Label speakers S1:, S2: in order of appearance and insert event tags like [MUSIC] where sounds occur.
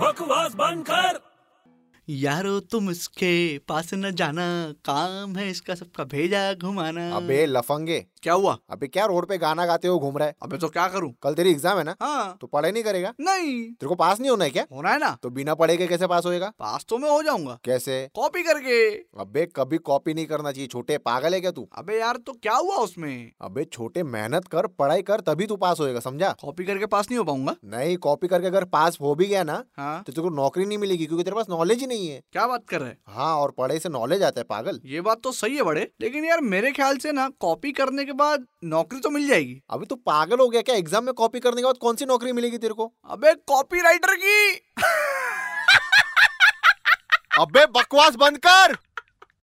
S1: बकवास बंद कर
S2: यारो तुम इसके पास न जाना काम है इसका सबका भेजा घुमाना
S3: अबे लफंगे
S2: क्या हुआ
S3: अबे क्या रोड पे गाना गाते हुए घूम रहा है
S2: अबे तो क्या करूं
S3: कल तेरी एग्जाम है ना
S2: हाँ
S3: तो पढ़ाई नहीं करेगा
S2: नहीं
S3: तेरे को पास नहीं होना है क्या
S2: होना है ना
S3: तो बिना पढ़े के कैसे पास होएगा
S2: पास तो मैं हो जाऊंगा
S3: कैसे
S2: कॉपी करके
S3: अबे कभी कॉपी नहीं करना चाहिए छोटे पागल है क्या तू
S2: अबे यार तो क्या हुआ उसमें
S3: अबे छोटे मेहनत कर पढ़ाई कर तभी तू पास होएगा समझा
S2: कॉपी करके पास नहीं हो पाऊंगा
S3: नहीं कॉपी करके अगर पास हो भी गया ना
S2: हाँ
S3: तो तेरे को नौकरी नहीं मिलेगी क्योंकि तेरे पास नॉलेज ही नहीं है
S2: क्या बात कर रहे
S3: हाँ और पढ़ाई से नॉलेज आता है पागल
S2: ये बात तो सही है बड़े लेकिन यार मेरे ख्याल से ना कॉपी करने के बाद नौकरी तो मिल जाएगी
S3: अभी तू पागल हो गया क्या एग्जाम में कॉपी करने के बाद कौन सी नौकरी मिलेगी तेरे को
S2: अबे [LAUGHS] कॉपी राइटर की
S3: अबे बकवास बंद कर